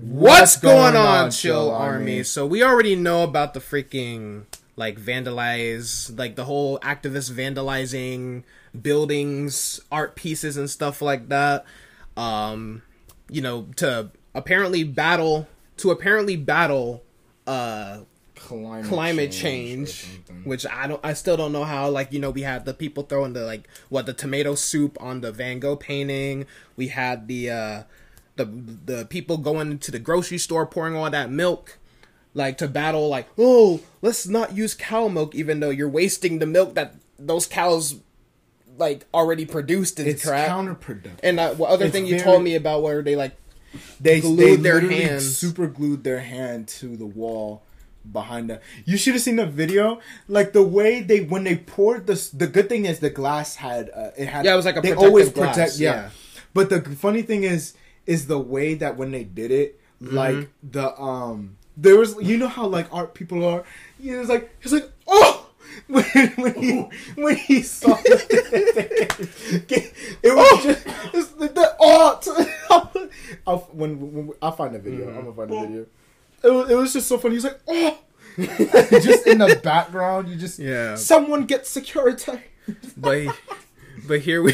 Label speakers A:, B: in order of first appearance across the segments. A: What's going on, Chill Army? So we already know about the freaking like vandalize, like the whole activists vandalizing buildings, art pieces, and stuff like that. Um, you know, to apparently battle to apparently battle uh
B: Climate,
A: climate change,
B: or something.
A: which I don't, I still don't know how. Like you know, we had the people throwing the like what the tomato soup on the Van Gogh painting. We had the uh, the the people going to the grocery store pouring all that milk, like to battle. Like oh, let's not use cow milk, even though you're wasting the milk that those cows like already produced and
B: It's
A: crap.
B: counterproductive.
A: and that what other
B: It's
A: thing you
B: very-
A: told me about where they like
B: they
A: glued
B: they
A: their
B: literally
A: hands.
B: super glued their hand to the wall behind them. You should have seen the video. Like the way they when they poured the the good thing is the glass had uh, it had
A: Yeah, it was like a
B: they
A: protective
B: always
A: glass,
B: protect yeah.
A: yeah.
B: But the funny thing is is the way that when they did it
A: Mm-hmm.
B: like the um there was you know how like art people are it was like it's like oh when, when he when he saw the it
A: Oh!
B: was just it's the, the art. I'll, when, when I'll find the video,
A: Mm-hmm.
B: I'm gonna find the video. It was, it was just so funny. He's like, oh, just in the background, you just
A: Yeah.
B: Someone get security.
A: but but here we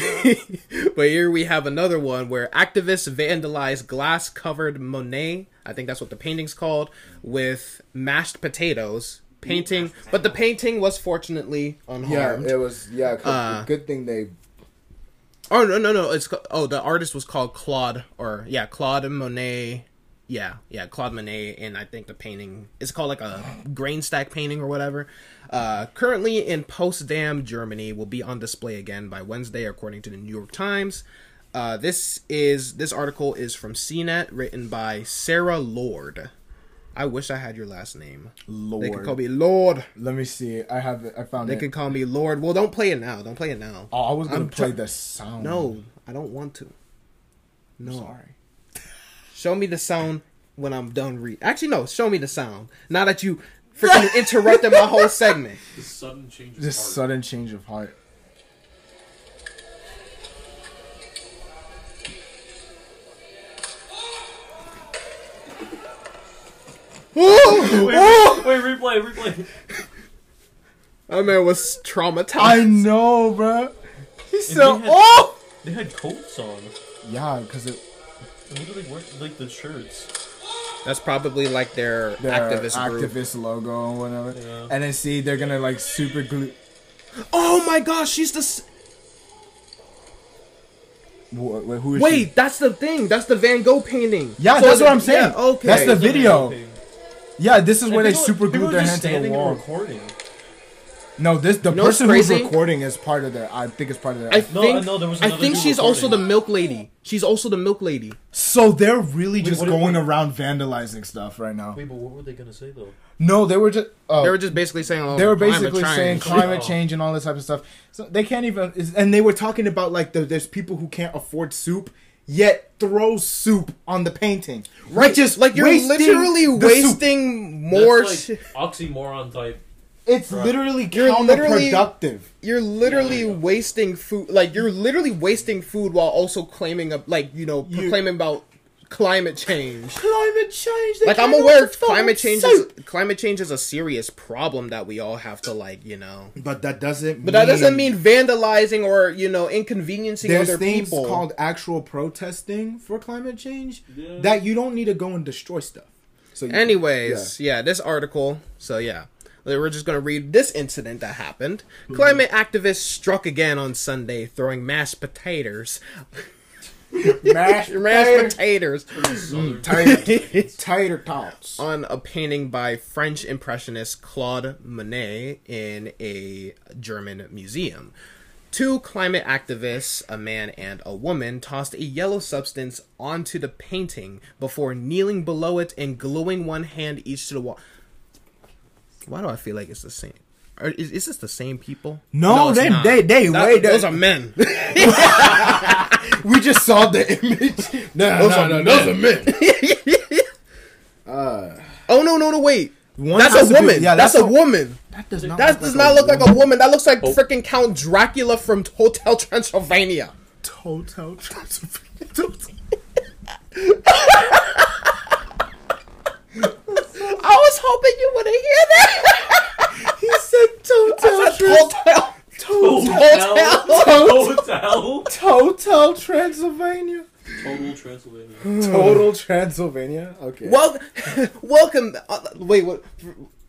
A: but here we have another one where activists vandalized glass covered Monet. I think that's what the painting's called with mashed potatoes painting. But the painting was fortunately unharmed.
B: was yeah.
A: Uh,
B: good thing they.
A: oh no no no! It's ca- oh the artist was called Claude or yeah Claude Monet. Yeah, yeah, Claude Monet, and I think the painting is called like a grain stack painting or whatever. Uh, currently in Potsdam, Germany, will be on display again by Wednesday, according to the New York Times. Uh, this is this article is from CNET, written by Sarah Lord. I wish I had your last name. They could
B: Lord.
A: call me Lord.
B: Let me see. I have. it. I found
A: They
B: it.
A: could call me Lord. Well, don't play it now. Don't play it now.
B: oh, I was gonna
A: I'm
B: play
A: try-
B: the sound.
A: No, I don't want to. No.
B: sorry.
A: Show me the sound when I'm done read. Actually, no. Show me the sound. Now that you freaking interrupted my whole segment.
C: The sudden change of
B: This
C: heart.
B: sudden change of heart.
A: Ooh,
C: Wait, wait, wait, replay, replay.
A: that man was traumatized.
B: I know, bruh. He said,
C: had-
B: "Oh,
C: They had coats on.
B: yeah," because it
C: And What do they wear? Like the shirts.
A: That's probably like their,
B: their
A: activist,
B: activist,
A: group.
B: logo and whatever.
C: Yeah.
B: And then see, they're gonna like super glue.
A: Oh my gosh, she's the. s-
B: Wha- Wait, who is she?
A: Wait, that's the thing. That's the Van Gogh painting.
B: Yeah,
A: So
B: that's
A: it-
B: what I'm saying.
A: yeah, okay.
B: That's the video.
C: And
B: Yeah, this is where they
C: people-
B: super
C: people
B: glued their hand
C: just
B: to the
C: standing and
B: wall.
C: Recording.
B: No, this the
A: You know what's
B: person who's
A: crazy?
B: recording is part of their. I think it's part of their.
A: I
C: No,
A: think.
C: no, there was
A: I
C: another
A: think
C: dude
A: she's also the
C: recording.
A: milk lady. She's also the milk lady.
B: so they're really just
C: what-
B: going
C: what-
B: around vandalizing stuff right now.
C: Wait, but what were they gonna say though?
B: No, they were just. Uh,
A: They were just basically saying. Oh,
B: they were
A: climate
B: basically
A: change.
B: saying climate
C: Oh.
B: change and all this type of stuff. So they can't even, is- and they were talking about like the, there's people who can't afford soup yet throw soup on the painting,
A: Right, just like you're
B: wasting
A: literally
B: the soup.
A: wasting more.
C: That's
A: shi-
C: like oxymoron type.
B: It's
C: Right.
B: literally
A: You're literally-
B: counterproductive.
A: you're literally
C: Yeah, yeah.
A: wasting food. Like you're literally wasting food while also claiming a like you know
B: You-
A: proclaiming about climate change.
B: climate change.
A: Like I'm aware climate change is climate change is a serious problem that we all have to like you know.
B: but that doesn't.
A: But that doesn't mean vandalizing or you know inconveniencing
B: there's
A: other
B: things
A: people.
B: called actual protesting for climate change
C: Yeah.
B: that you don't need to go and destroy stuff. So you-
A: Anyways, yeah. this article. So yeah, we're just gonna read this incident that happened. Climate activists struck again on Sunday, throwing mashed potatoes.
B: yeah. mash,
A: Mashed potatoes
C: Southern.
B: tater, tater tots.
A: on a painting by French impressionist Claude Monet in a German museum. Two climate activists, a man and a woman, tossed a yellow substance onto the painting before kneeling below it and gluing one hand each to the wall. Why do I feel like it's the same? Or is, is this the same people?
B: No,
A: it's
B: they-
A: not.
B: they- they-
A: That-
B: way- they-
A: those are men.
B: We just saw the image. No,
A: Those are
B: those are men.
A: oh no, no, no! Wait,
B: One
A: that's
B: has
A: a
B: to be-
A: woman.
B: yeah,
A: that's,
B: that's
A: a
B: a-
A: woman.
B: That does not.
A: That does not Oh. look like a
B: woman.
A: woman. That looks like freaking Count Dracula from Hotel Transylvania.
B: Hotel Transylvania.
A: hoping you would have hear that.
B: He said total trans-
A: Hotel.
B: total
C: Hotel. Hotel.
B: total Transylvania.
C: Total Transylvania.
B: Total Transylvania. Okay.
A: Well, welcome. Uh, wait, what?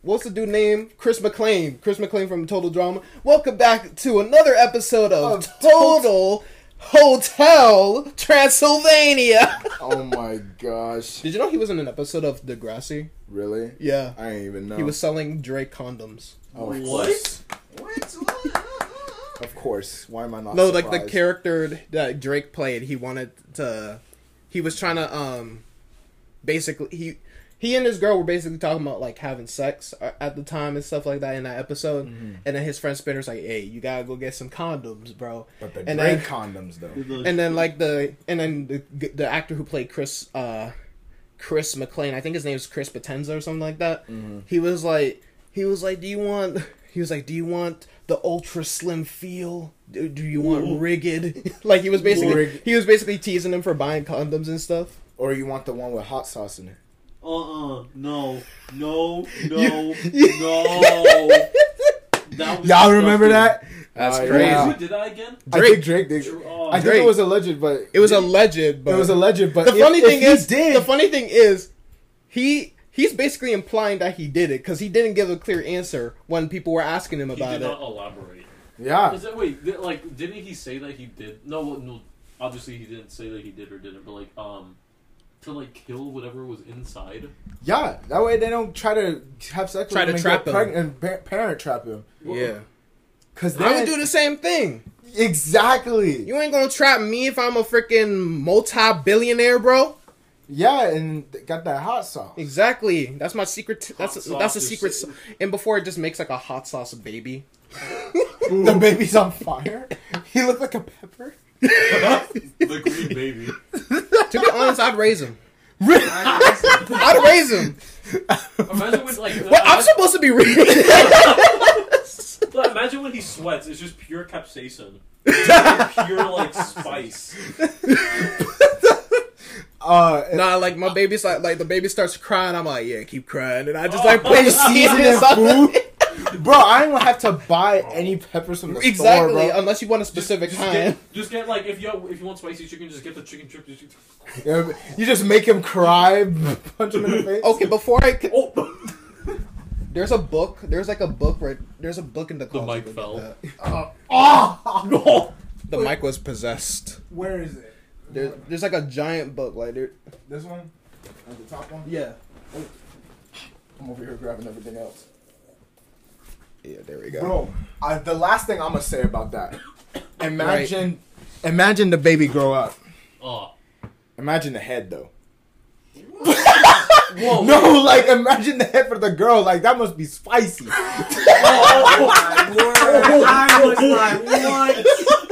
A: What's the dude name? Chris McLean. Chris McLean from Total Drama. Welcome back to another episode of
B: Of
A: Total Hotel Transylvania.
B: Oh my gosh.
A: Did you know he was in an episode of Degrassi?
B: Really?
A: Yeah,
B: I didn't even know.
A: he was selling Drake condoms.
B: Oh, of
C: What?
B: course. Of course. Why am I not?
A: No, like the
B: surprised?
A: character that Drake played, he wanted to. He was trying to um, basically he he and his girl were basically talking about like having sex a- at the time and stuff like that in that episode.
B: Mm-hmm.
A: And then his friend Spinner's like, "Hey, you gotta go get some condoms, bro."
B: But the
A: and
B: Drake
A: then-
B: condoms though.
A: And then like the and then the the actor who played Chris uh Chris McLean, I think his name is Chris Potenza or something like that.
B: Mm-hmm.
A: He was like he was like, "Do you want?" He was like, "Do you want the ultra slim feel? Do, do you want rigged?" like he was basically
B: Rig-
A: he was basically teasing him for buying condoms and stuff.
B: Or you want the one with hot sauce in it?
C: Uh-uh. No. No. No. no. That was
B: Y'all remember
C: disgusting.
B: that?
A: That's
B: Uh,
A: crazy.
B: yeah.
C: Who did that again?
B: I
A: Drake.
B: think Drake did.
C: Oh,
B: I think
A: Drake.
B: it was alleged, but
A: It was alleged, but
B: it was alleged. But
A: the
B: if-
A: funny
B: if
A: thing
B: he
A: is
B: did
A: the funny thing is he. He's basically implying that he did it because he didn't give a clear answer when people were asking him
C: he
A: about
C: did
A: it.
C: not elaborate.
B: yeah.
A: Uh,
C: Is that, wait, did, like, didn't he say that he did? No, well, no. Obviously, he didn't say that he did or didn't, but like, um, to like kill whatever was inside.
B: Yeah, that way they don't try to have sex
A: Try
B: with
A: to
B: him
A: trap
B: and, get
A: him.
B: pregnant and par- parent trap him.
A: Yeah,
B: Cause
A: I
B: then,
A: would do the same thing.
B: exactly.
A: You ain't gonna trap me if I'm a freaking multi-billionaire, bro.
B: yeah, and they got that hot sauce.
A: Exactly. That's my secret.
C: Hot
A: that's a,
C: sauce
A: that's a
C: is-
A: secret. s and before it just makes like a hot sauce baby.
B: The baby's on fire. he looked like a pepper.
C: the green baby.
A: To be honest, I'd raise him.
C: Imagine
A: I'd raise him.
C: when like
A: What I'm
C: imagine,
A: supposed to be raising?
C: imagine when he sweats. It's just pure capsaicin. It's just pure like spice.
B: Uh, and
A: nah, like my baby's like like the baby starts crying. I'm like, yeah, keep crying, and I just like put season
B: seasoning
A: in something.
B: food. Bro, I don't have to buy any peppers from the store,
A: Exactly,
B: bro.
A: unless you want a specific
C: just,
A: kind.
C: Get, just get like if you if you want spicy chicken, just get the chicken trip.
B: Yeah, You just make him cry, punch him in the face.
A: Okay, before I c-
C: Oh,
A: there's a book. There's like a book right. There's a book in the closet.
C: mic
A: like
C: fell.
A: that.
B: Ah!
C: no.
A: The mic was possessed.
B: Where is it?
A: There's there's like a giant book like there.
B: This one? At the top one?
A: Yeah.
B: I'm over here grabbing everything else.
A: Yeah, there we go.
B: Bro, I, the last thing I'm gonna say about that. Imagine, imagine the baby grow up.
C: Oh.
B: Imagine the head though.
C: Whoa.
B: No, like imagine the head for the girl. Like that must be spicy.
D: I was like, what?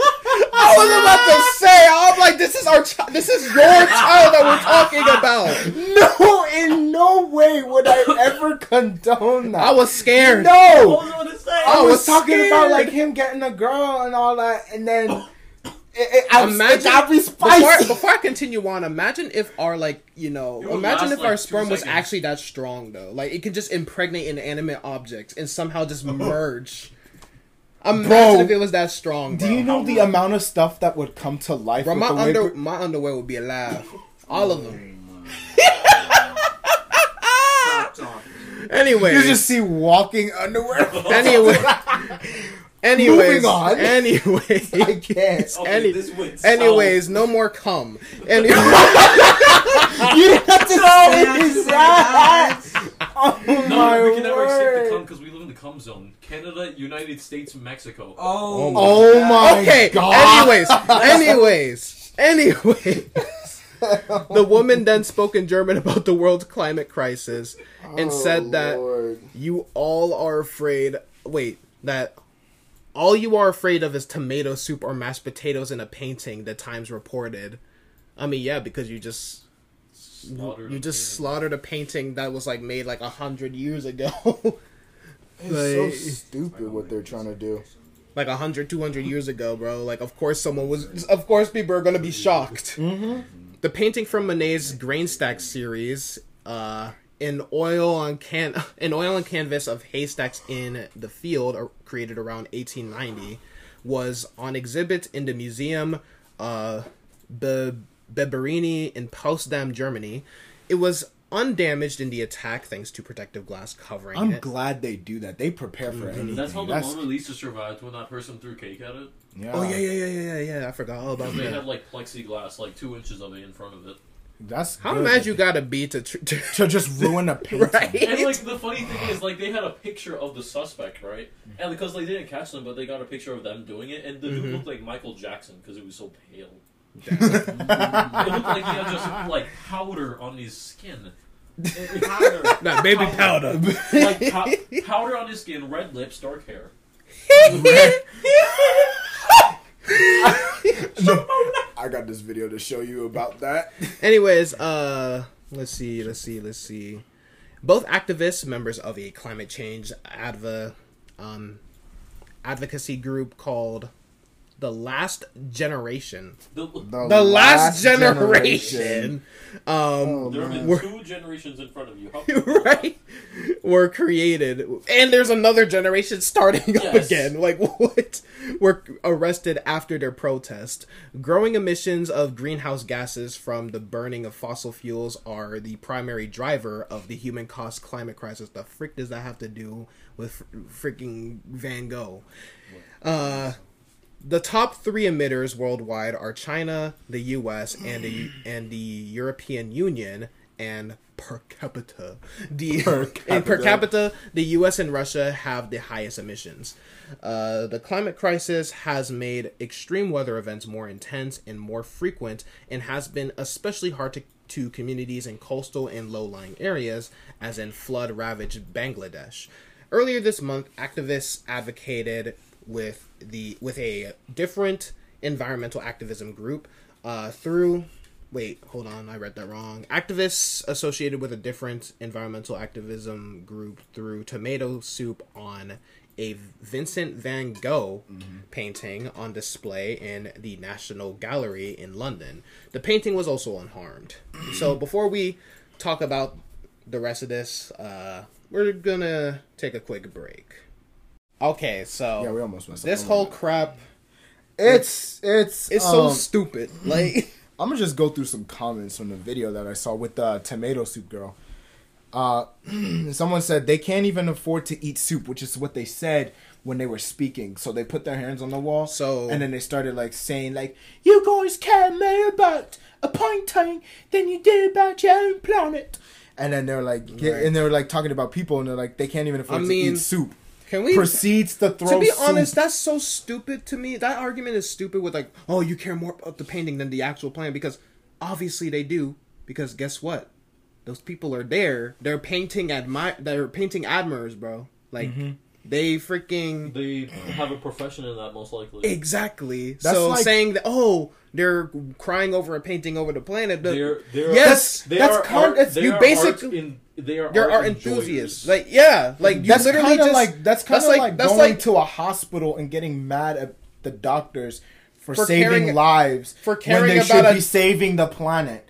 A: I was about to say, I'm like, this is our, chi- this is your child that we're talking about.
B: no, in no way would I ever condone that.
A: I was scared.
B: no.
C: I was
B: I
A: I
B: was,
A: was
B: talking about
A: scared.
B: like him getting a girl and all that, and then it, it, I, it
A: Imagine-
B: gotta be
A: Before,
B: spicy.
A: before I continue on, imagine if our like you know,
C: It would
A: imagine
C: last,
A: if
C: like,
A: our
C: two
A: sperm was
C: seconds.
A: actually that strong though. Like it could just impregnate inanimate objects and somehow just merge. Imagine
B: Bro,
A: if it was that strong.
B: Do you
A: bro.
B: know the amount of stuff that would come to life?
A: Bro,
B: with
A: my
B: the way
A: under
B: gr-
A: my underwear would be alive. All of them.
D: Stop talking.
A: Anyway,
B: you just see walking underwear.
A: anyway, anyways,
B: Moving on.
A: anyways,
B: I can't.
C: Okay,
A: Any-
C: this went south.
A: Anyways, no more cum. Any-
B: You didn't have to
D: Say
B: say
D: I just say
B: that.
D: that.
B: Oh
C: No,
B: my
C: we can never accept the cum
B: word.
C: because we live in the cum zone. Canada, United States, Mexico.
D: Oh,
B: Oh my
A: okay.
B: god.
A: Anyways, anyways, anyways. the woman then spoke in German about the world's climate crisis and said
B: Oh,
A: that you all are afraid. Wait, that all you are afraid of is tomato soup or mashed potatoes in a painting. The Times reported. I mean, yeah, because you just
C: Slaughtered
A: you
C: a
A: just
C: man.
A: slaughtered a painting that was like made like a hundred years ago. Like-
B: It's so stupid what they're trying to do.
A: like 100 200 years ago bro like of course someone was of course people are gonna be shocked the painting from monet's grain stack series uh an oil on can an oil and canvas of haystacks in the field or created around 1890 was on exhibit in the museum uh Be- Beberini in Potsdam, Germany. It was undamaged in the attack thanks to protective glass covering
B: I'm
A: it.
B: glad they do that. They prepare for anything.
C: That's how the
B: That's-
C: Mona Lisa survived when that person threw cake at it.
B: yeah.
A: oh yeah, yeah, yeah, yeah, yeah, yeah. I forgot all about
C: They
A: that.
C: had like plexiglass, like two inches of it in front of it.
B: That's
A: How
B: good.
A: mad you gotta be to, tr- to
B: to just ruin a painting.
A: right?
C: And like the funny thing is, like they had a picture of the suspect, right?
A: Mm-hmm.
C: And because they didn't catch them, but they got a picture of them doing it, and the
A: Mm-hmm.
C: dude looked like Michael Jackson because he was so pale. It looked like he had just like powder on his skin,
A: Nah, baby powder.
C: like pow- powder on his skin, red lips, dark hair.
B: I got this video to show you about that.
A: Anyways, uh, let's see, let's see, let's see. Both activists, members of a climate change advo, um, advocacy group called the Last Generation.
C: The,
A: The Last, Generation, um,
B: Oh,
C: there have
B: man.
C: been two generations in front of you. How-
A: right, were created, and there's another generation starting up
C: Yes.
A: again. Like what? Were arrested after their protest. Growing emissions of greenhouse gases from the burning of fossil fuels are the primary driver of the human cost climate crisis. The frick does that have to do with freaking Van Gogh? Uh, the top three emitters worldwide are China, the U.S., and the and the European Union. And per capita, the
B: Per
A: and per
B: capita.
A: capita, the U.S. and Russia have the highest emissions. Uh, the climate crisis has made extreme weather events more intense and more frequent, and has been especially hard to to communities in coastal and low-lying areas, as in flood-ravaged Bangladesh. Earlier this month, activists advocated with the with a different environmental activism group uh, through. Wait, hold on, I read that wrong. Activists associated with a different environmental activism group threw tomato soup on a Vincent van Gogh
B: Mm-hmm.
A: painting on display in the National Gallery in London. The painting was also unharmed. so before we talk about the rest of this, uh, we're gonna take a quick break. Okay, so
B: Yeah, we almost messed up.
A: this
B: Don't
A: whole
B: worry.
A: crap
B: it's it's
A: it's so
B: um,
A: stupid. Like
B: I'm gonna just go through some comments from the video that I saw with the tomato soup girl. Uh, someone said they can't even afford to eat soup, which is what they said when they were speaking. So they put their hands on the wall.
A: So-
B: and then they started like saying like, "You guys care more about a painting than you do about your own planet." And then they're like, yeah,
A: Right.
B: and they were like talking about people, and they're like, they can't even afford
A: I
B: to
A: mean,
B: eat soup.
A: can we
B: Proceeds to throw.
A: to be
B: soup.
A: honest, that's so stupid to me. That argument is stupid with like, oh, you care more about the painting than the actual plan because obviously they do. Because guess what? Those people are there. They're painting admi- they're painting admirers, bro. Like
B: Mm-hmm.
A: they freaking
C: They have a profession in that, most likely.
A: exactly.
B: That's
A: so
B: like-
A: saying that oh, they're crying over a painting over the planet. the-
C: They're, they're
A: yes,
C: they
A: that's
C: are
A: con-
C: art-
A: that's-
C: they
A: you
C: are
A: basic-
C: art in, they are
A: there
C: art
A: are
C: enjoyers.
A: enthusiasts. Like yeah, like you
B: that's
A: literally
B: kind of
A: just
B: like that's kind of like,
A: that's
B: going
A: like
B: to a hospital and getting mad at the doctors for,
A: For
B: saving
A: caring-
B: lives
A: for
B: when
A: caring
B: they should
A: about a-
B: be saving the planet.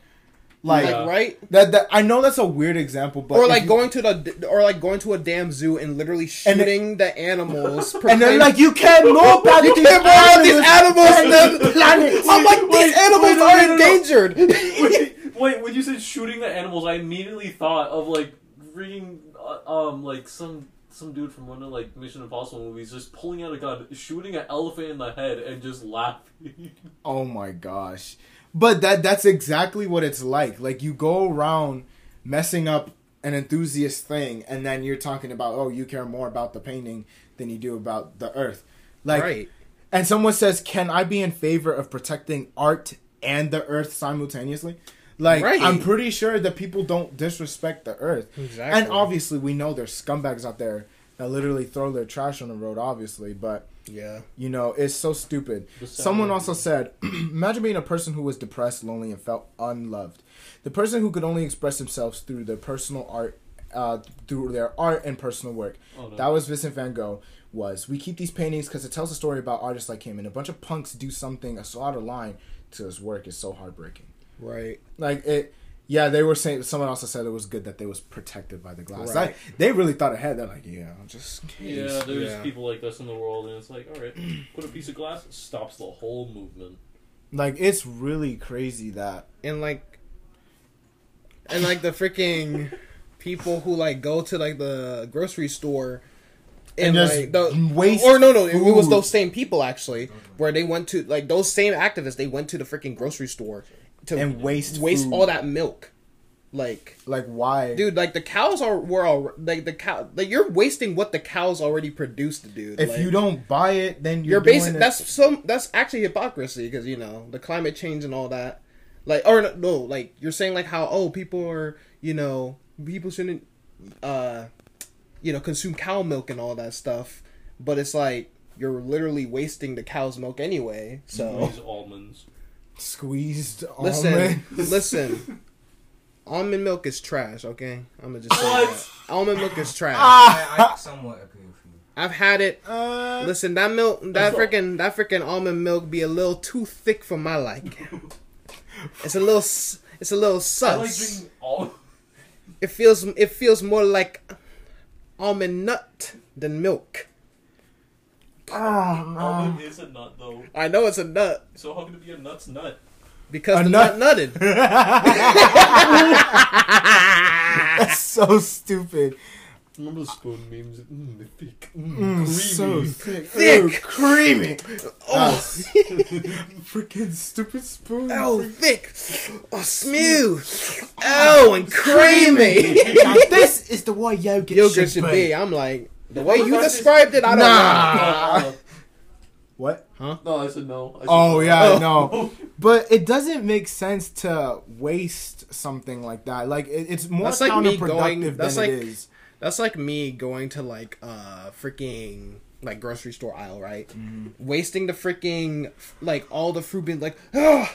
B: Like
A: like, right.
B: that, that. I know that's a weird example, but
A: or
B: if
A: like
B: you-
A: going to the or like going to a damn zoo and literally
B: And they-
A: shooting the animals
B: and they're
A: proclaiming-
B: like, you can't know about
A: you
B: these
A: can't wild these
B: animals
A: animals
B: and the planet.
A: i'm like these animals
C: wait,
A: are
C: no, no, no.
A: endangered
C: Wait, wait, when you said shooting the animals, I immediately thought of like reading, uh, um, like some some dude from one of like Mission Impossible movies just pulling out a gun, shooting an elephant in the head, and just laughing.
B: Oh my gosh. But that that's exactly what it's like. Like you go around messing up an enthusiast thing and then you're talking about, "Oh, you care more about the painting than you do about the earth." Like
A: right
B: and someone says, "Can I be in favor of protecting art and the earth simultaneously?" Like
A: Right.
B: I'm pretty sure that people don't disrespect the earth.
A: Exactly.
B: And obviously we know there's scumbags out there that literally throw their trash on the road obviously, but
A: yeah
B: you know, it's so stupid.
C: The sound
B: Someone
C: of
B: also said, imagine being a person who was depressed, lonely, and felt unloved. The person who could only express themselves through their personal art, uh, through their art and personal work.
C: Oh, no.
B: That was Vincent Van Gogh. Was we keep these paintings because it tells a story about artists like him, and a bunch of punks do something so out of line to his work is so heartbreaking.
A: right
B: Like it, Yeah, they were saying someone also said it was good that they was protected by the glass.
A: Right.
B: Like, they really thought ahead. They're like, yeah, just in case.
C: Yeah, there's
A: Yeah.
C: people like this in the world, and it's like, all right, put a piece of glass, stops the whole movement.
B: Like it's really crazy that
A: and like and like the freaking people who like go to like the grocery store and,
B: And just
A: like the
B: waste
A: or no no it was
B: food.
A: those same people actually where they went to like those same activists they went to the freaking grocery store to
B: and waste
A: waste
B: food.
A: all that milk like
B: Like why?
A: dude like the cows are were all like the cow like you're wasting what the cows already produced dude
B: if
A: like,
B: you don't buy it, then you're,
A: you're
B: doing
A: basic
B: it-
A: that's some that's actually hypocrisy because you know the climate change and all that like or no, no like you're saying like how oh people are you know people shouldn't uh you know consume cow milk and all that stuff but it's like you're literally wasting the cow's milk anyway so
C: These almonds.
B: squeezed.
A: listen
B: almond.
A: listen almond milk is trash okay i'm gonna just say
C: What?
A: that. almond milk is trash
B: Ah,
D: I, I somewhat agree with you.
A: i've had it
B: Uh,
A: Listen, that milk, that
C: That's all.
A: freaking, that freaking almond milk be a little too thick for my liking. it's a little, s- it's a little
C: I like
A: sus.
C: drinking all.
A: it feels, it feels more like almond nut than milk.
B: oh, no.
C: Almond is a nut though,
A: I know it's a nut
C: so how can it be a nut's nut?
A: because
B: A
A: the
B: nut?
A: nut, nutted.
B: That's so stupid.
C: Remember the spoon memes? Mm, mythic.
B: Mm, so thick.
A: Thick.
B: Ew, creamy.
A: Oh,
B: Freaking stupid spoon.
A: oh, thick, oh, smooth, oh, and creamy.
B: Now this is the way yogurt,
A: Yogurt should be. I'm like the way you
C: Nah.
A: described it. I don't
B: Nah.
C: Uh,
B: What?
C: no, I said no. I said
B: Oh
C: no.
B: yeah,
A: Oh.
B: no. But it doesn't make sense to waste something like that. Like it, it's more
A: That's like me
B: counterproductive
A: going- that's
B: than
A: like-
B: it is.
A: That's like me going to like uh freaking like grocery store aisle, right? Wasting the freaking like all the fruit being like, Ugh,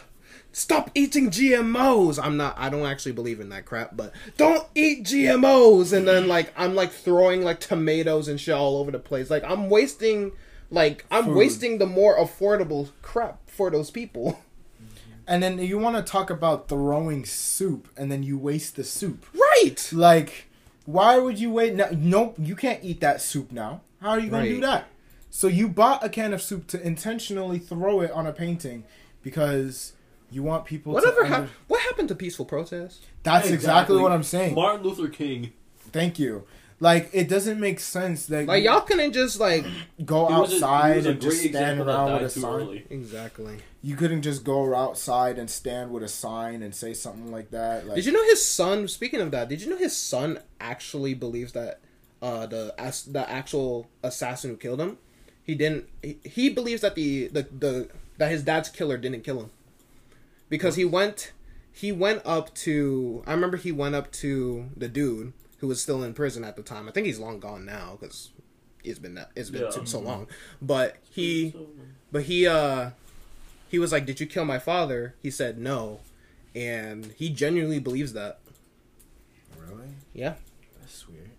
A: stop eating GMOs. I'm not. I don't actually believe in that crap, but don't eat GMOs. And then like I'm like throwing like tomatoes and shit all over the place. Like I'm wasting. Like I'm
B: Food.
A: wasting the more affordable crap for those people.
B: And then you want to talk about throwing soup, and then you waste the soup.
A: Right.
B: Like, why would you wait? No, nope, you can't eat that soup now. How are you gonna do
A: Right.
B: that? So you bought a can of soup to intentionally throw it on a painting because you want people.
A: Whatever
B: to under-
A: happened? What happened to peaceful protest?
B: That's exactly what I'm saying.
C: Martin Luther King.
B: Thank you. Like it doesn't make sense that
A: Like
B: you
A: y'all couldn't just like
B: go
C: He was a- he
B: outside
C: was a
B: and just
C: great
B: stand
C: example that
B: around with
C: died
B: a
C: too
B: sign.
C: early.
A: exactly.
B: You couldn't just go outside and stand with a sign and say something like that. Like
A: Did you know his son? Speaking of that, did you know his son actually believes that uh, the as, the actual assassin who killed him, he didn't. He, he believes that the, the the that his dad's killer didn't kill him because he went he went up to I remember he went up to the dude who was still in prison at the time. I think he's long gone now because it's been that- it's been
C: Yeah.
A: so- so
B: Mm-hmm.
A: long. But he but he uh he was like, "Did you kill my father?" He said no, and he genuinely believes that.
B: really?
A: Yeah,
B: That's weird.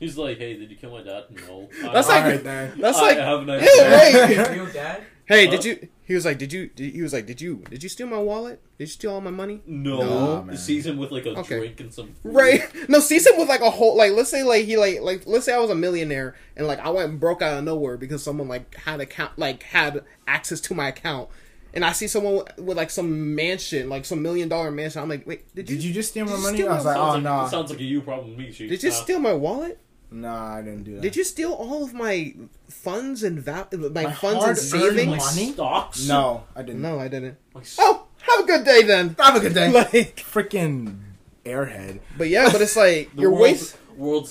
C: He's like, hey, did you kill my dad? No.
A: That's
C: I,
A: like-
B: All right then.
A: that's
C: I
A: like,
C: have an
A: Ew,
C: idea.
A: hey,
D: Your dad?
A: hey,
C: Huh?
A: did you? He was like, "Did you?" Did, he was like, "Did you? Did you steal my wallet? Did you steal all my money?"
B: Nah,
C: No.
B: man.
C: sees him with like a
A: Okay.
C: drink and some. food.
A: Right? No, season with like a whole like. Let's say like he like like let's say I was a millionaire and like I went broke out of nowhere because someone like had account like had access to my account. And I see someone with, with like some mansion, like some million dollar mansion. I'm like, wait, did you,
B: Did you just steal my
A: Did you
B: money?
A: steal
B: I was
A: my-
B: like,
C: Sounds
B: oh
C: like,
B: no, nah.
C: Sounds like a you Uh. problem, me, Chief.
A: did you
C: Nah.
A: steal my wallet?
B: Nah, I didn't do that.
A: Did you steal all of my funds and val- my,
B: My
A: funds and
B: hard-earned
A: savings?
B: money.
C: Stocks?
B: No, I didn't.
A: No, I didn't.
C: Like, s-
A: Oh, have a good day then.
B: Have a good day.
A: Like,
B: Freaking airhead.
A: but yeah, but it's like
C: the
A: you're
C: world's,
A: waste.
C: world's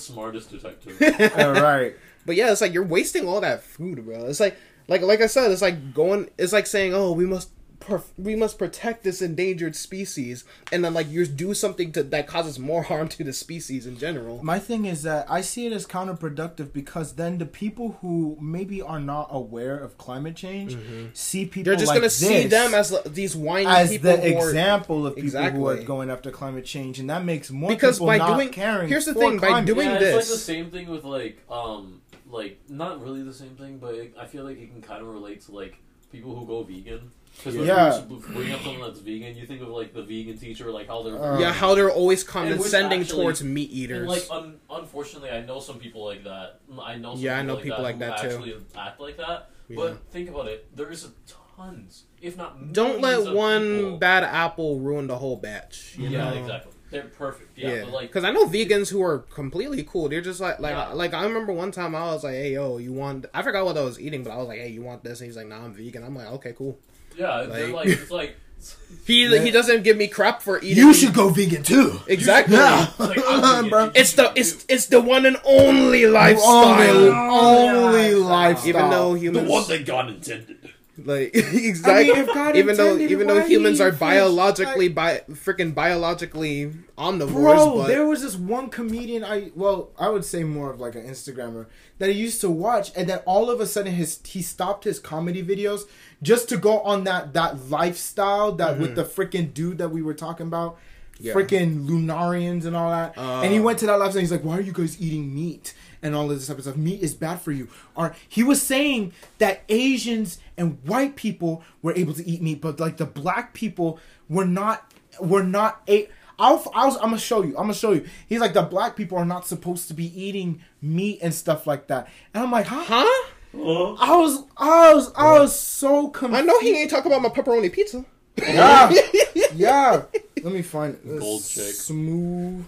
C: smartest detective.
B: All right.
A: But yeah, it's like you're wasting all that food, bro. It's like, like, like I said, it's like going. It's like saying, oh, we must. perf- We must protect this endangered species, and then like you do something to that causes more harm to the species in general.
B: My thing is that I see it as counterproductive because then the people who maybe are not aware of climate change see people
A: Mm-hmm. They're just
B: like
A: gonna
B: this
A: see them as like, these whiny
B: as
A: people.
B: the
A: who are-
B: example of people who are
A: Exactly.
B: going after climate change, and that makes more
A: Because
B: people
A: by
B: not
A: doing-
B: caring.
A: here's the
B: for
A: thing, by
B: climate.
A: doing-
C: yeah, it's like
A: this.
C: the same thing with like, um, like not really the same thing, but it, I feel like it can kind of relate to like people who go vegan. Because
B: Yeah.
C: when you bring up someone that's vegan, you think of like the vegan teacher, like how they're
B: Uh,
A: yeah, how they're always
C: And which
A: condescending
C: actually-
A: towards meat
C: And
A: eaters.
C: like, un- unfortunately, I know some people like that. I know. Some
A: Yeah, I know people like
C: who
A: that, too.
C: actually Act like that,
A: Yeah.
C: but think about it. There is tons, if not
A: Don't
C: millions
A: let
C: of
A: one
C: people-
A: bad apple ruin the whole batch. you
C: yeah,
A: know?
C: exactly. They're perfect. Yeah,
A: Yeah,
C: but like,
A: because I know vegans who are completely cool. They're just like, like,
C: Yeah.
A: like I remember one time I was like, "Hey, yo, you want?" I forgot what I was eating, but I was like, "Hey, you want this?" And he's like, "Nah, I'm vegan." I'm like, "Okay, cool."
C: yeah, they're
A: like-
C: like it's like it's
A: He
B: Yeah.
A: he doesn't give me crap for eating.
B: You should go vegan too.
A: exactly.
B: Yeah.
C: like I'm
B: Bro.
C: vegan.
A: It's the it's it's the one and only
B: You Only,
A: lifestyle.
B: only lifestyle.
A: Even though
C: the
A: humans,
C: one that God intended.
A: like exactly,
B: if God
A: even though
B: intended,
A: even
B: why
A: though
B: did
A: humans
B: he
A: are
B: fish?
A: biologically bi freaking biologically omnivores,
B: Bro,
A: but
B: there was this one comedian I well, I would say more of like an Instagrammer that I used to watch and then all of a sudden his he stopped his comedy videos just to go on that that lifestyle that with the freaking dude that we were talking about.
A: Mm-hmm. Yeah. Uh.
B: Freaking Lunarians and all that. and he went to that lifestyle and he's like, Why are you guys eating meat? And all of this type of stuff. Meat is bad for you. Or he was saying that Asians and white people were able to eat meat, but like the black people were not were not a I'll, I'll, I'm gonna show you. I'm gonna show you. He's like the black people are not supposed to be eating meat and stuff like that. And I'm like, huh?
A: huh?
B: I was, I was, I was so confused.
A: I know he ain't talking about my pepperoni pizza.
B: Yeah, yeah. Let me find it.
C: Gold chick.
B: smooth.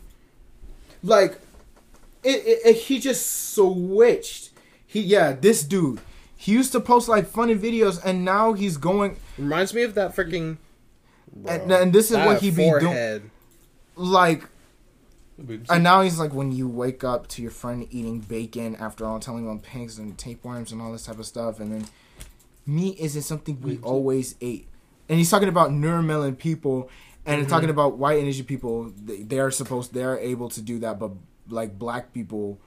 B: Like, it, it, it. He just switched. He, yeah, this dude. He used to post like funny videos, and now he's going.
A: Reminds me of that freaking.
B: And, and this is what he be doing.
A: forehead.
B: Like, And now he's like, when you wake up to your friend eating bacon after all, telling him pigs and tapeworms and all this type of stuff, and then meat isn't something we always ate. And he's talking about neuromelon people, and talking
A: Mm-hmm.
B: about white and Asian people. They, they are supposed, they are able to do that, but like black people,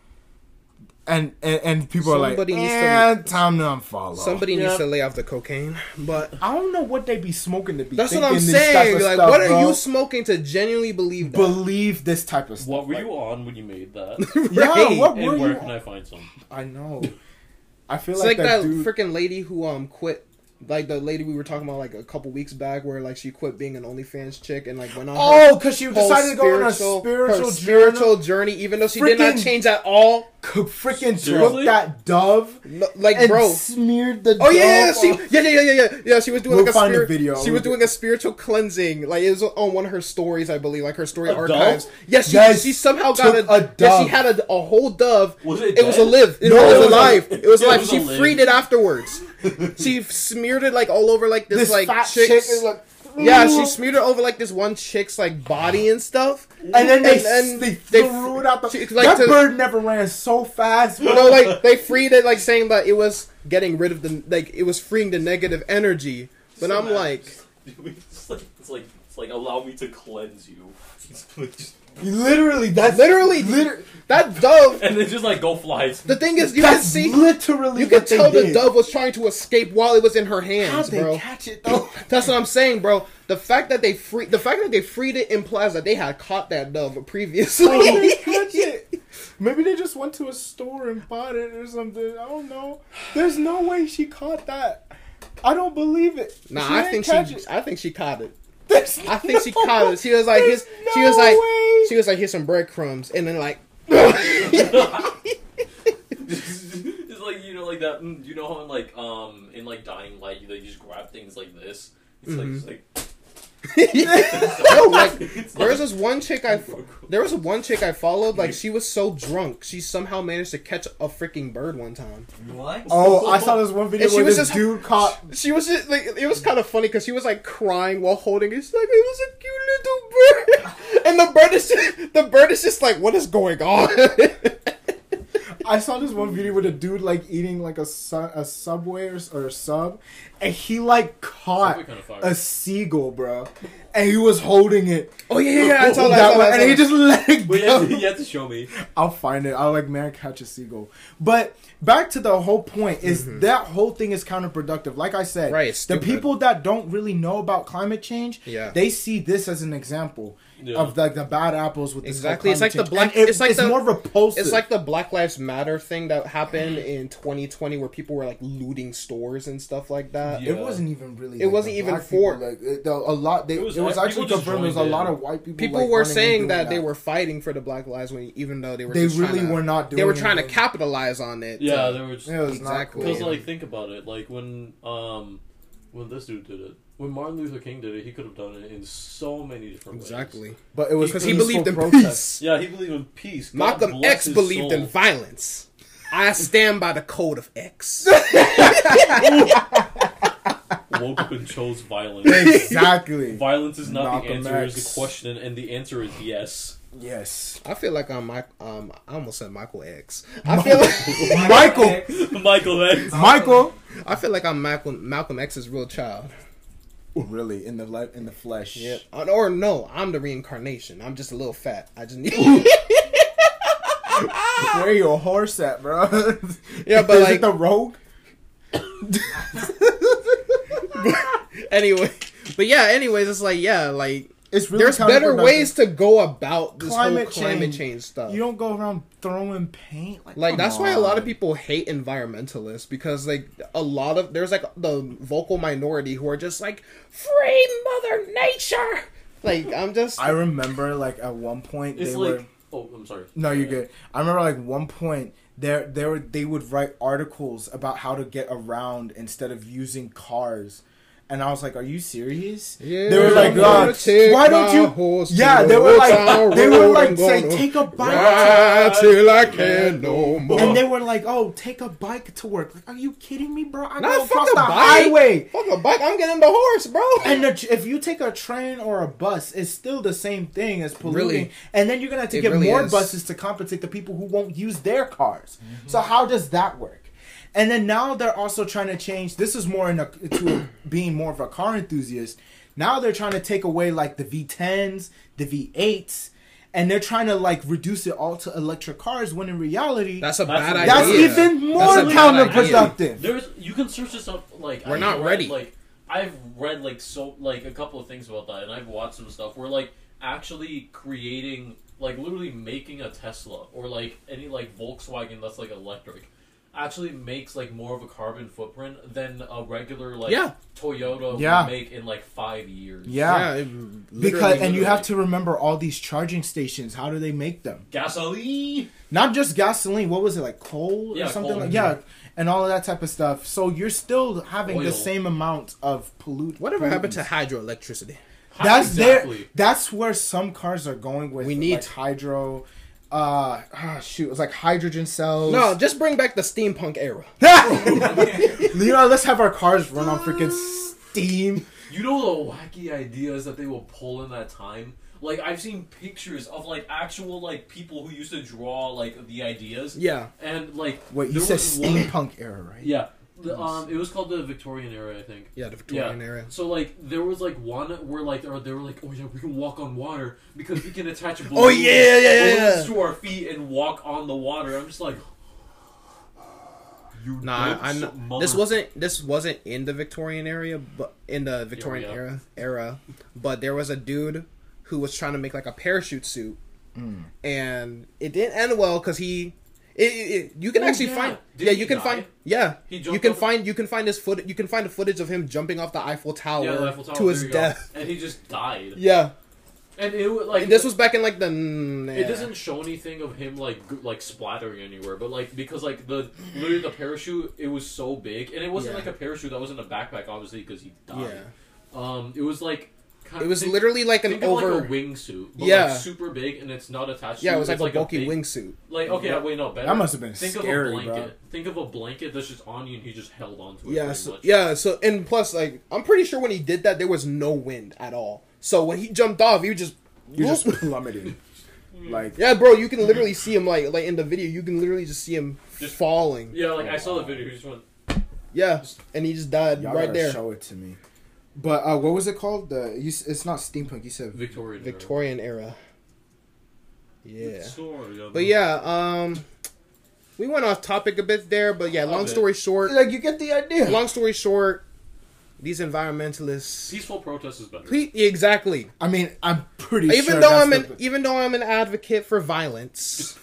B: and and, and people
A: Somebody
B: are
A: needs
B: like,
A: to-
B: eh, time to unfollow.
A: Somebody
C: Yeah.
A: needs to lay off the cocaine, but
B: I don't know what they be smoking to be.
A: that's what
B: thinking
A: I'm
B: this type
A: saying.
B: of
A: Like,
B: stuff,
A: what are
B: bro.
A: you smoking to genuinely believe that?
B: Believe this type of stuff.
C: What were you on when you made that?
B: Yeah, what
C: and
B: were
C: where
B: you?
C: can I find some?
B: I know. I feel
A: It's
B: like,
A: like,
B: that,
A: that,
B: dude.
A: freaking lady who um quit, like the lady we were talking about like a couple weeks back, where like she quit being an OnlyFans chick and like went on. her
B: oh, because she
A: whole
B: decided to go on a
A: her
B: spiritual,
A: spiritual journey, even though she did not
B: Freaking-
A: change at all.
B: journey. Freaking took
C: Seriously?
B: that dove
A: No, like,
B: and
A: bro.
B: smeared the.
A: Oh yeah, yeah,
B: dove
A: she,
B: on-
A: yeah, yeah, yeah, yeah, yeah. She was doing
B: We'll
A: like a
B: find the
A: spirit,
B: video.
A: She
B: We'll
A: was
B: do-
A: doing a spiritual cleansing. Like it was on one of her stories, I believe, like her story
C: A dove?
A: archives. Yes, she,
B: Yes,
A: she somehow
B: took
A: got a,
B: a
A: Yeah, she
B: dove.
A: had a, a whole dove.
C: Was it
A: was
C: dead?
A: alive. It
B: No, it
A: was
B: was
A: alive.
B: alive.
A: It was
C: It
A: alive.
C: was
A: She
C: alive.
A: freed it afterwards. she smeared it like all over like this,
B: This
A: like
B: fat
A: chick's.
B: chick is like.
A: yeah, she smeared it over like this one chick's like body and stuff.
B: And then they,
A: and then
B: they,
A: they-
B: threw it out the.
A: she- like
B: that
A: to-
B: bird never ran so fast. bro.
A: No, like they freed it, like saying that it was getting rid of the like it was freeing the negative energy. But I'm like,
C: it's like it's like it's like allow me to cleanse you, It's like, just-
B: literally, that's
A: literally,
B: liter-
A: that dove.
C: and then just like go fly.
A: The thing is, you can
B: that's
A: see,
B: literally
A: you can
B: what they
A: tell the
B: did.
A: dove was trying to escape while it was in her
B: How'd
A: hands,
B: they
A: bro.
B: catch it though?
A: That's what I'm saying, bro. The fact that they free, the fact that they freed it implies that they had caught that dove
B: How'd they
A: previously.
B: catch it? Maybe they just went to a store and bought it or something. I don't know. There's no way she caught that. I don't believe it.
A: nah,
B: She
A: I
B: didn't
A: think
B: catch
A: she,
B: it.
A: I think she caught it.
B: There's
A: I think she
B: no-
A: caught it. She was like,
B: there's
A: "Here's," she was
B: no
A: like,
B: way.
A: she was like, "Here's some breadcrumbs," and then like,
C: it's like you know, like that. mm, You know how in like um in like Dying Light, they just grab things like this. It's
A: Mm-hmm.
C: like just like
A: no, like
C: it's
A: There
C: like
A: was this one chick I, there was one chick I followed. Like she was so drunk, she somehow managed to catch a freaking bird one time.
D: What?
B: Oh, I saw this one video
A: And she
B: where
A: was
B: this
A: just-
B: dude caught.
A: She was just like, it was kind of funny because she was like crying while holding it. She's like, it was a cute little bird, and the bird is, just, the bird is just like, what is going on?
B: I saw this one video with a dude like eating like a su- a subway or, or a sub, and he like caught
C: Subway kinda fire.
B: a seagull, bro, and he was holding it.
A: oh yeah, yeah, yeah. I saw that, I
B: that
A: saw
B: way,
A: that, I saw
B: and he
A: that.
B: just let it
C: Wait, you,
B: go.
C: have to, you have to show me.
B: I'll find it. I'll like man catch a seagull. But back to the whole point is that whole thing is counterproductive. Like I said,
A: Mm-hmm. Right, it's
B: the
A: stupid.
B: people that don't really know about climate change,
A: Yeah.
B: they see this as an example.
C: Yeah.
B: of like the bad apples with this whole
A: Exactly. It's like
B: climate
A: the
B: change.
A: black-
B: And it-
A: it's like
B: it's
A: the-
B: more repulsive.
A: It's like the Black Lives Matter thing that happened in 2020 where people were like looting stores and stuff like that.
C: Yeah.
B: It wasn't even really.
A: It
B: like,
A: wasn't
B: the
A: even
B: black
A: for-
B: people, like it, the, a lot. They,
C: It
B: it
C: was-
B: was,
C: people
B: actually
C: just
B: confirmed. It was a
C: joined
B: lot
C: in.
B: of white people.
A: People
B: like,
A: were
B: running and
A: saying
B: doing
A: that, they were fighting for the Black Lives when even though they were
B: They
A: just
B: really
A: trying to-
B: were not doing.
A: they were trying to
B: anything.
A: capitalize on it.
C: yeah, there was
B: It was
A: Exactly.
B: not
C: Because
B: cool.
C: like think about it, like when um when this dude did it, when Martin Luther King did it, he could have done it in so many different ways.
A: exactly.
B: but it was
A: Because he
B: peaceful
A: believed in
B: protest.
A: peace.
C: Yeah, he believed in peace. God
A: Malcolm
C: bless
A: X
C: his
A: believed in
C: soul.
A: violence. I stand by the code of X.
C: woke up and chose violence.
B: Exactly.
C: violence is not
B: Malcolm
C: the answer; it is
B: X.
C: the question, and the answer is yes.
B: yes.
A: I feel like I'm Mike. Um, I almost said Michael X. I feel like
B: Michael.
C: Michael X.
B: Michael.
A: I feel like I'm Malcolm Malcolm X's real child.
B: Really in the le- in the flesh.
A: Uh, Or no, I'm the reincarnation. I'm just a little fat. I just need.
B: Where your horse at, bro?
A: Yeah, but,
B: Is
A: like-
B: it the rogue.
A: anyway, but yeah. Anyways, it's like yeah, like
B: It's really
A: there's better
B: counterproductive.
A: ways to go about this
B: Climate
A: whole climate
B: change.
A: change stuff.
B: You don't go around throwing paint like.
A: Like
B: come
A: that's why a lot of
B: on.
A: people hate environmentalists because like a lot of there's like the vocal minority who are just like free mother nature. Like I'm just
B: I remember like at one point
C: It's
B: they
C: like
B: were.
C: oh, I'm sorry.
B: No, you're good. I remember like one point there there were they would write articles about how to get around instead of using cars. And I was like, "Are you serious?" they were like,
A: I'm gonna
B: "God,
A: take
B: why
A: my
B: don't you?"
A: horse to
B: Yeah,
A: the
B: they were
A: Old
B: like,
A: Town
B: they were
A: Road,
B: like,
A: I'm
B: say,
A: gonna
B: take a bike. to-"
A: ride till I can no more.
B: And they were like, "Oh, take a bike to work." Like, are you kidding me, bro? I
A: Nah,
B: go
A: fuck
B: across
A: a
B: the
A: bike.
B: highway.
A: Fuck a bike, I'm getting the horse, bro.
B: And the, tr- if you take a train or a bus, it's still the same thing as polluting.
A: Really.
B: And then you're gonna have to
A: It
B: get
A: really
B: more
A: is. Mm-hmm.
B: buses to compensate the people who won't use their cars. So how does that work? And then now they're also trying to change. This is more in a, to being more of a car enthusiast. Now they're trying to take away like the V10s, the V8s, and they're trying to like reduce it all to electric cars. When in reality,
A: that's a
C: That's-
A: bad idea.
B: that's even more
A: a bad idea.
B: counterproductive.
C: There's you can search this up. Like
A: We're not
C: read,
A: ready.
C: Like I've read like so like a couple of things about that, and I've watched some stuff where like actually creating like literally making a Tesla or like any like Volkswagen that's like electric actually makes like more of a carbon footprint than a regular like
A: Yeah.
C: Toyota
B: Yeah.
C: would make in like five years.
A: Yeah,
B: yeah.
A: it
B: Because
A: literally-
B: and you have to remember all these charging stations. How do they make them?
C: Gasoline.
B: Not just gasoline. What was it like coal
C: Yeah,
B: or something?
C: coal.
B: Like, yeah, and all of that type of stuff. So you're still having
C: Oil.
B: the same amount of pollute.
A: whatever happened to
B: pollutants.
A: hydroelectricity?
C: How
B: That's
C: exactly?
B: there. That's where some cars are going with.
A: We need-
B: like hydro. Uh, ah, shoot, it was like hydrogen cells.
A: No, just bring back the steampunk era.
B: you know, let's have our cars run on freaking steam.
C: You know the wacky ideas that they will pull in that time? Like I've seen pictures of like actual like people who used to draw like the ideas.
A: Yeah,
C: And like
B: Wait, you
C: there
B: said
C: was one-
B: steampunk era, right?
C: Yeah. The, um it was called the Victorian era, I think.
A: yeah, the Victorian era.
C: So like there was like one where like or they were like, Oh yeah, we can walk on water because we can attach balloons,
A: Oh, yeah, yeah, yeah,
C: balloons
A: yeah.
C: to our feet and walk on the water. I'm just like you
A: Nah,
C: dope
A: I, I
C: so-
A: know this
C: mother-
A: wasn't this wasn't in the Victorian area, but in the Victorian
C: yeah.
A: era era, but there was a dude who was trying to make like a parachute suit, and it didn't end well because he. It, it, it- you can
C: Oh,
A: actually
C: yeah.
A: find
C: Didn't
A: yeah
C: he
A: you can
C: die?
A: find yeah
C: He
A: you
C: jumped
A: can
C: off-
A: find you can find his foot you can find the footage of him jumping off the Eiffel Tower,
C: yeah, the Eiffel Tower,
A: to
C: there
A: his
C: you go.
A: death
C: And he just died.
A: yeah
C: And it was like
A: And this was back in like the yeah.
C: It doesn't show anything of him like g- like splattering anywhere, but like because like the literally the parachute it was so big and it wasn't
A: Yeah.
C: like a parachute that was in a backpack obviously because he died.
A: yeah
C: Um, it was like kind
A: it was literally like an
C: think
A: over
C: of like a wingsuit, but
A: Yeah.
C: like super big and it's not attached.
A: yeah
C: to
A: it was like
C: it's
A: a bulky
C: big-
A: wingsuit
C: Like okay, wait no better.
B: That must have been
C: think
B: scary,
C: of a blanket.
B: bro.
C: Think of a blanket that's just on you and he just held onto it.
A: Yeah,
C: pretty
A: so,
C: much.
A: yeah. So and plus, like, I'm pretty sure when he did that, there was no wind at all. So when he jumped off, he just,
B: You just plummeted. Like
A: yeah, bro. You can literally see him like like in the video. You can literally just see him
C: Just-
A: falling. Yeah.
C: Yeah, like I saw the video. He just went.
A: and he just died
B: Y'all
A: right
B: gotta
A: there.
B: Show it to me. But uh, what was it called? The you, s- it's not steampunk. You said
C: Victorian. era.
A: Victorian era. Yeah.
C: Sorry, I'm-
A: But yeah, um, we went off topic a bit there. But yeah,
C: A
A: long
C: bit.
A: story short,
B: like you get the idea.
A: long story short, These environmentalists.
C: Peaceful protest is better.
A: Ple- exactly.
B: I mean, I'm pretty
A: Even
B: sure
A: though
B: that's
A: I'm an
B: the-
C: e-
A: even though I'm an advocate for violence,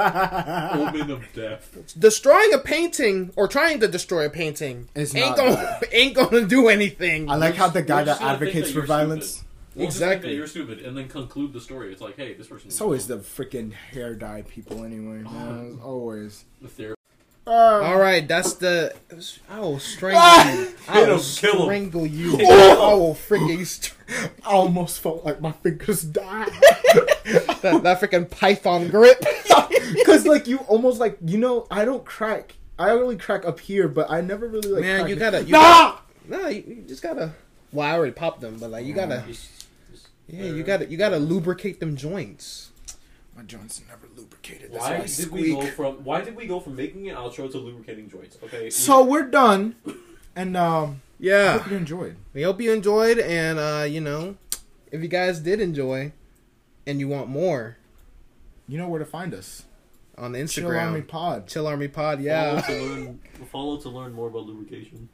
C: Omen of death.
A: destroying a painting or trying to destroy a painting
B: It's
A: ain't
B: not
A: gonna ain't gonna do anything.
B: I like how the guy
C: We're just
B: that
C: gonna think
B: advocates
C: that
B: for
C: you're
B: violence.
C: stupid. We'll just think
A: Exactly.
C: that you're stupid, and then conclude the story. It's like, hey, this person.
B: It's always the freaking hair dye people, anyway. Man.
C: Oh.
B: It's always. uh,
C: the theory.
A: All right, that's the. I will strangle
B: Ah!
A: you. I
C: Hit
A: will
C: him, kill him.
A: strangle you.
B: Oh!
A: I will freaking. Str-
B: I almost felt like my fingers died.
A: that, that freaking python grip.
B: Cause like you almost like you know I don't crack. I only crack up here, but I never really like.
A: Man,
B: crack
A: you
B: it.
A: gotta- you
B: nah.
A: No, you, you just gotta. Well, I already popped them, but like you gotta,
C: Just- just-
A: yeah, you gotta, you gotta lubricate them joints.
B: My joints never lubricated. That's why,
C: Why
B: I
C: did we
B: squeak.
C: go from Why did we go from making an outro to lubricating joints? Okay. we-
B: so we're done, and um, I hope
A: Yeah,
B: you enjoyed.
A: we hope you enjoyed, and uh, you know, if you guys did enjoy, and you want more
B: You know where to find us.
A: on
B: Chill Army
A: Instagram,
B: Pod. Oh,
A: Chill Army Pod.
C: follow
A: Yeah.
C: to learn follow to learn more about lubrication.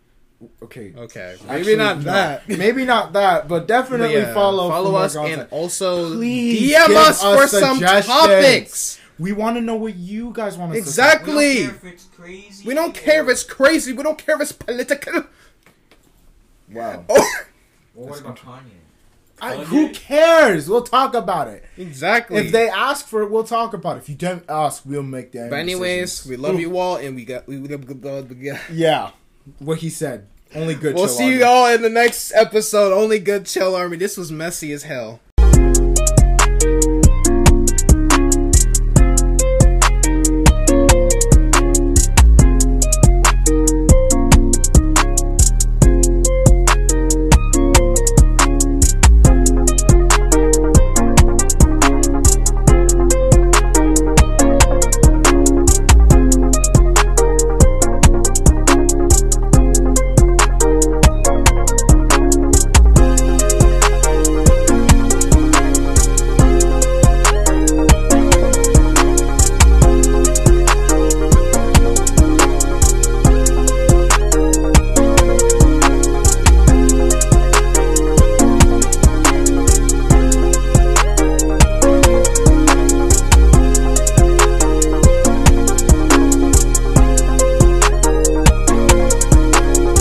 B: Okay.
A: Okay, Uh, maybe
B: Actually,
A: not
B: no.
A: that.
B: Maybe not that, but
A: But
B: definitely
A: yeah,
B: follow. for
A: follow
B: more
A: us,
B: content.
A: and also
B: Please
A: DM
B: give
A: us for
B: us
A: some
B: suggestions.
A: topics.
B: we want to know what you guys want us to
A: Exact-
D: We don't
A: Exactly.
D: care if it's crazy.
A: We don't care if it's crazy. We don't care if it's political.
B: Wow.
A: Oh,
D: Or what about Kanye?
B: I, who cares? We'll talk about it.
A: exactly.
B: If they ask for it, we'll talk about it. If you don't ask, we'll make that.
A: But anyways, we love you all, and we got we. we
B: Yeah, what he said. Only good.
A: We'll
B: chill
A: see
B: out.
A: you all in the next episode. Only good chill army. This was messy as hell.